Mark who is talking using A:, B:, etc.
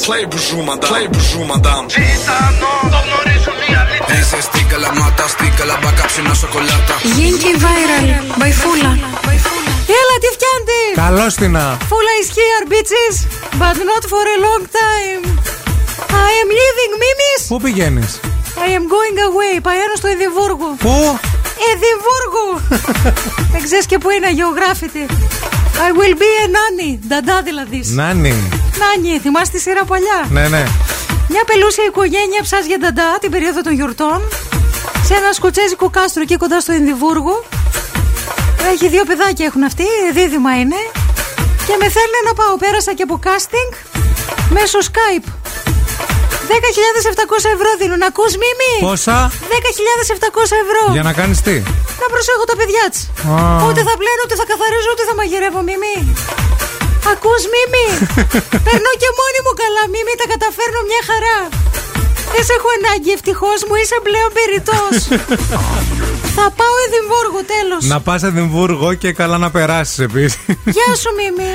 A: Slay bonjour madame, slay bonjour madame.
B: Gitano, το γνωρίζουν οι αλήτες
C: Dice stica la mata, stica la va κάψε μια σοκολάτα.
D: Yankee Viral by Fula.
E: Έλα, τι φτιάντη!
F: Καλώ την α.
E: Φούλα is here, bitches! But not for a long time. I am leaving, μίμης!
F: Πού πηγαίνεις,
E: I am going away. Παέρω στο Εδιμβούργο.
F: Πού
E: Εδιμβούργο! Δεν ξέρεις και που είναι, αγιογράφητη. I will be a nanny. Νταντά δηλαδή.
F: Νάνι.
E: Νάνι, θυμάστε τη σειρά παλιά.
F: Ναι, ναι.
E: Μια πελούσια οικογένεια ψάζει για νταντά την περίοδο των γιορτών σε ένα σκοτσέζικο κάστρο εκεί κοντά στο Ενδιβούργο. Έχει δύο παιδάκια έχουν αυτοί, δίδυμα είναι. Και με θέλουν να πάω. Πέρασα και από casting μέσω Skype. 10.700 ευρώ δίνουν. Ακούς μίμη.
F: Πόσα
E: 10.700 ευρώ.
F: για να κάνεις τι.
E: Να προσέχω τα παιδιά της.
F: Α.
E: Ούτε θα πλένω, ούτε θα καθαρίζω, ούτε θα μαγειρεύω, Μίμη. Ακούς Μίμη. Περνώ και μόνη μου καλά, Μίμη. Τα καταφέρνω μια χαρά. Δεν σε έχω ανάγκη, ευτυχώς μου είσαι πλέον περιττός. θα πάω Εδιμβούργο, τέλος.
F: Να πας Εδιμβούργο και καλά να περάσεις επίσης.
E: Γεια σου, Μίμη.